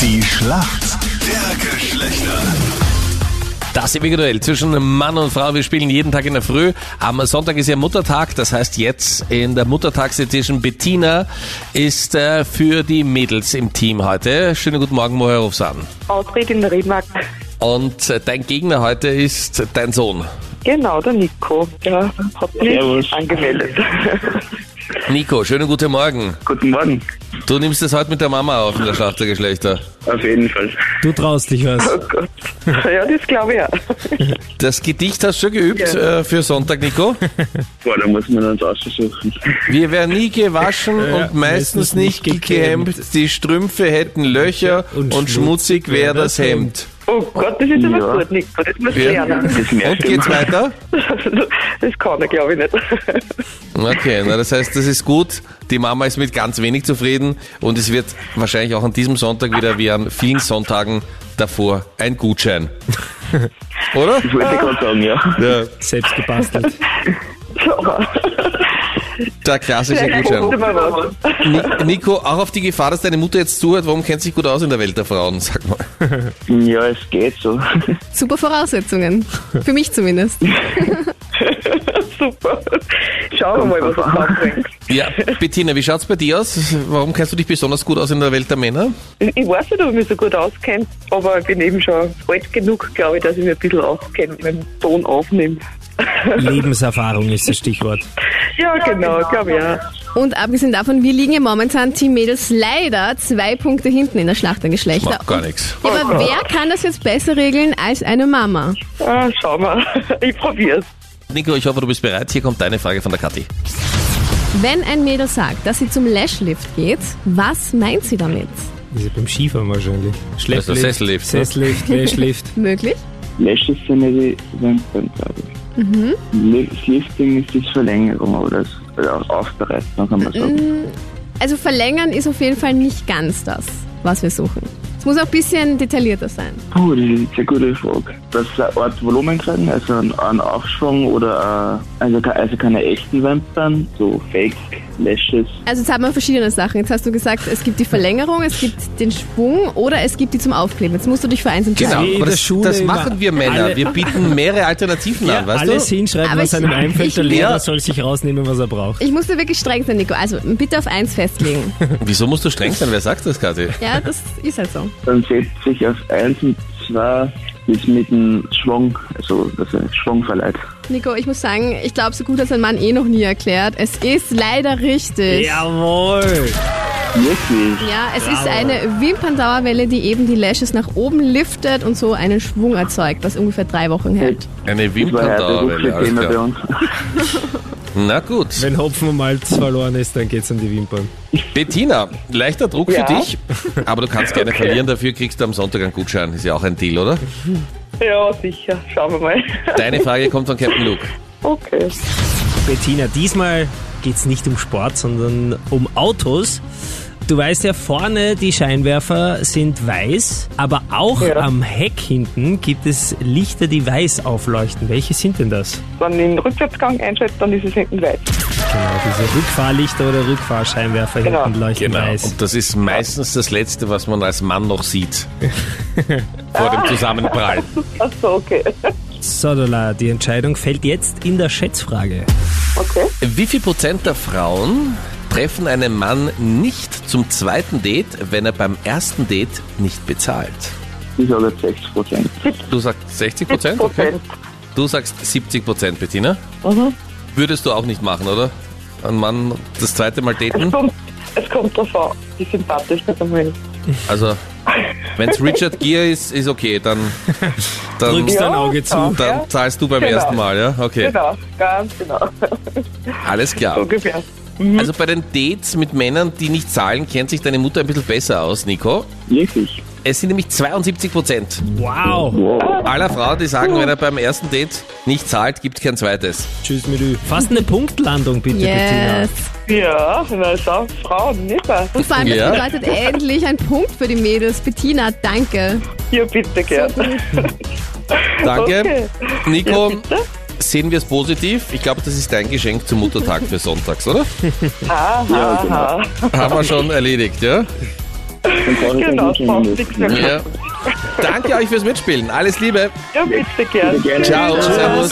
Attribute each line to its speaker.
Speaker 1: Die Schlacht der Geschlechter.
Speaker 2: Das ewige Duell zwischen Mann und Frau. Wir spielen jeden Tag in der Früh. Am Sonntag ist ja Muttertag. Das heißt, jetzt in der Muttertagsedition Bettina ist äh, für die Mädels im Team heute. Schönen guten Morgen, woher rufst du an?
Speaker 3: Austritt in der Redmark.
Speaker 2: Und äh, dein Gegner heute ist dein Sohn.
Speaker 3: Genau, der Nico. Der hat mich
Speaker 4: Servus.
Speaker 3: angemeldet.
Speaker 2: Nico, schönen guten Morgen.
Speaker 4: Guten Morgen.
Speaker 2: Du nimmst es heute mit der Mama auf in der Schlacht der Geschlechter.
Speaker 4: Auf jeden Fall.
Speaker 5: Du traust dich was.
Speaker 3: Oh Gott. Ja, das glaube ich ja.
Speaker 2: Das Gedicht hast du schon geübt äh, für Sonntag, Nico.
Speaker 4: Boah, da muss man uns aussuchen.
Speaker 2: Wir wären nie gewaschen und meistens nicht gekämmt. Die Strümpfe hätten Löcher und,
Speaker 5: und
Speaker 2: schmutzig wäre das Hemd.
Speaker 3: Oh Gott, das ist aber
Speaker 4: Ja.
Speaker 3: gut, Nico. Das muss
Speaker 2: Wir-
Speaker 3: ja. lernen.
Speaker 4: Das merkt
Speaker 2: Und geht's
Speaker 4: man.
Speaker 2: weiter?
Speaker 3: Das kann er, glaube ich, nicht.
Speaker 2: Okay, na, das heißt, das ist gut. Die Mama ist mit ganz wenig zufrieden und es wird wahrscheinlich auch an diesem Sonntag wieder, wie an vielen Sonntagen davor, ein Gutschein. Oder?
Speaker 4: Ich wollte gerade sagen, ja.
Speaker 2: Ja,
Speaker 5: Selbst gebastelt.
Speaker 2: der klassische
Speaker 3: Guck
Speaker 2: Gutschein.
Speaker 3: mal was.
Speaker 2: Ni- Nico, auch auf die Gefahr, dass deine Mutter jetzt zuhört, warum kennt sich gut aus in der Welt der Frauen, sag mal.
Speaker 4: Ja, es geht so.
Speaker 6: Super Voraussetzungen. Für mich zumindest.
Speaker 3: Super. Schauen wir mal, was das anbringt.
Speaker 2: Ja, Bettina, wie schaut's bei dir aus? Warum kennst du dich besonders gut aus in der Welt der Männer?
Speaker 3: Ich ich weiß nicht, ob ich mich so gut auskenne, aber ich bin eben schon alt genug, glaube ich, dass ich mich ein bisschen auskenne, meinen Ton aufnehme.
Speaker 5: Lebenserfahrung ist das Stichwort.
Speaker 3: Ja, genau, glaube ich ja.
Speaker 6: Und abgesehen davon, wir liegen ja momentan Team Mädels leider zwei Punkte hinten in der Schlacht der Geschlechter.
Speaker 2: Macht gar nichts.
Speaker 6: Ja, aber wer kann das jetzt besser regeln als eine Mama?
Speaker 3: Ah, schauen wir. Ich probier's.
Speaker 2: Nico, ich hoffe, du bist bereit. Hier kommt deine Frage von der Kathi.
Speaker 6: Wenn ein Mädel sagt, dass sie zum Lashlift geht, was meint sie damit?
Speaker 5: Das ist beim Skifahren wahrscheinlich. Schlepplift,
Speaker 2: Also Sessellift, ne?
Speaker 5: Sessellift, Lashlift.
Speaker 6: Möglich?
Speaker 4: Lashes sind ja die Wimpern, glaube ich. Mhm. Das Lifting ist die Verlängerung oder, das- oder Aufbereitung, kann man sagen.
Speaker 6: Also verlängern ist auf jeden Fall nicht ganz das, was wir suchen. Es muss auch ein bisschen detaillierter sein.
Speaker 4: Puh, das ist jetzt eine gute Frage. Das ist eine Art Volumenkreiden, also ein, ein Aufschwung oder äh, also, ke- also keine echten Wimpern, so Fake Lashes.
Speaker 6: Also jetzt hat man verschiedene Sachen. Jetzt hast du gesagt, es gibt die Verlängerung, es gibt den Schwung oder es gibt die zum Aufkleben. Jetzt musst du dich für eins entscheiden.
Speaker 2: Genau, aber
Speaker 5: Jede
Speaker 2: das,
Speaker 5: Schule
Speaker 2: das
Speaker 5: immer
Speaker 2: machen wir Männer.
Speaker 5: alle-
Speaker 2: wir bieten mehrere Alternativen an, weißt
Speaker 5: alles
Speaker 2: du?
Speaker 5: hinschreiben,
Speaker 6: Aber
Speaker 5: was
Speaker 6: ich-
Speaker 5: einem einfällt. Der
Speaker 6: ich-
Speaker 5: Lehrer
Speaker 2: Ja.
Speaker 5: soll sich rausnehmen, was er braucht.
Speaker 6: Ich musste wirklich streng sein, Nico. Also bitte auf eins festlegen.
Speaker 2: Wieso musst du streng sein? Wer sagt das, Kathi?
Speaker 6: Ja, das ist halt so.
Speaker 4: Dann setzt sich auf 1 und 2 bis mit dem Schwung, also das ist Schwung verleiht.
Speaker 6: Nico, ich muss sagen, ich glaube, so gut hat ein Mann eh noch nie erklärt. Es ist leider richtig.
Speaker 5: Jawohl.
Speaker 4: Wirklich?
Speaker 6: Ja, es ist eine Wimperndauerwelle, die eben die Lashes nach oben liftet und so einen Schwung erzeugt, was ungefähr drei Wochen hält.
Speaker 2: Eine
Speaker 4: Das war ja das
Speaker 2: Wimperndauerwelle. alles
Speaker 4: Berufsthema bei
Speaker 2: klar.
Speaker 4: uns.
Speaker 2: Na gut.
Speaker 5: Wenn Hopfen und Malz verloren ist, dann geht's an die Wimpern.
Speaker 2: Bettina, leichter Druck
Speaker 3: Ja.
Speaker 2: für dich, aber du kannst gerne verlieren. Dafür kriegst du am Sonntag einen Gutschein. Ist ja auch ein Deal, oder?
Speaker 3: Ja, sicher. Schauen wir mal.
Speaker 2: Deine Frage kommt von Captain Luke.
Speaker 3: Okay.
Speaker 5: Bettina, diesmal geht's nicht um Sport, sondern um Autos. Du weißt ja, vorne die Scheinwerfer sind weiß, aber auch
Speaker 3: Ja.
Speaker 5: am Heck hinten gibt es Lichter, die weiß aufleuchten. Welche sind denn das?
Speaker 3: Wenn ich den Rückwärtsgang einschalte, dann ist es hinten weit.
Speaker 5: Genau, diese Rückfahrlichter oder Rückfahrscheinwerfer
Speaker 3: Genau.
Speaker 5: hinten leuchten weiß.
Speaker 2: Und das ist meistens das Letzte, was man als Mann noch sieht. Vor dem Zusammenprall.
Speaker 3: Ach so, okay.
Speaker 5: Sodola, die Entscheidung fällt jetzt in der Schätzfrage.
Speaker 3: Okay.
Speaker 2: Wie viel Prozent der Frauen treffen einen Mann nicht zum zweiten Date, wenn er beim ersten Date nicht bezahlt?
Speaker 4: Ich sage jetzt 6 Prozent.
Speaker 2: Du sagst 60 Prozent?
Speaker 3: Prozent.
Speaker 2: Du sagst 70 Prozent, Bettina.
Speaker 5: Mhm.
Speaker 2: Würdest du auch nicht machen, oder? Ein Mann das zweite Mal
Speaker 3: Es
Speaker 2: daten?
Speaker 3: kommt, es kommt drauf an, wie sympathisch das einmal ist.
Speaker 2: Also, wenn es Richard Gere ist, ist okay, dann, dann,
Speaker 5: Drückst dein
Speaker 3: Ja,
Speaker 5: Auge zu.
Speaker 3: ja.
Speaker 2: dann zahlst du beim
Speaker 3: Genau.
Speaker 2: ersten Mal, ja? Okay,
Speaker 3: Genau, ganz genau.
Speaker 2: alles klar.
Speaker 3: Ungefähr.
Speaker 2: Also bei den Dates mit Männern, die nicht zahlen, kennt sich deine Mutter ein bisschen besser aus, Nico.
Speaker 4: Wirklich?
Speaker 2: Es sind nämlich 72 Prozent
Speaker 5: Wow.
Speaker 4: Wow.
Speaker 2: aller Frauen, die sagen, wenn er beim ersten Date nicht zahlt, gibt es kein zweites.
Speaker 5: Tschüss mit Ü. Fast eine Punktlandung, bitte,
Speaker 6: Yes.
Speaker 3: Ja, na schau, Frauen, nicht wahr?
Speaker 6: Und vor allem, das
Speaker 2: Ja.
Speaker 6: bedeutet endlich ein Punkt für die Mädels. Bettina, danke.
Speaker 3: Ja, bitte, gern.
Speaker 2: Danke.
Speaker 3: Okay.
Speaker 2: Nico, sehen wir es positiv? Ich glaube, das ist dein Geschenk zum Muttertag für Sonntags, oder?
Speaker 3: Aha,
Speaker 4: Ja, genau.
Speaker 3: aha.
Speaker 2: Haben wir schon erledigt, ja?
Speaker 4: Dann brauche ich
Speaker 3: Genau,
Speaker 4: eigentlich
Speaker 3: braucht
Speaker 4: nichts
Speaker 3: nichts mehr.
Speaker 4: mehr.
Speaker 2: Ja. Danke euch fürs Mitspielen. Alles Liebe.
Speaker 3: Ja, bitte gern.
Speaker 4: Gerne.
Speaker 2: Ciao. Servus.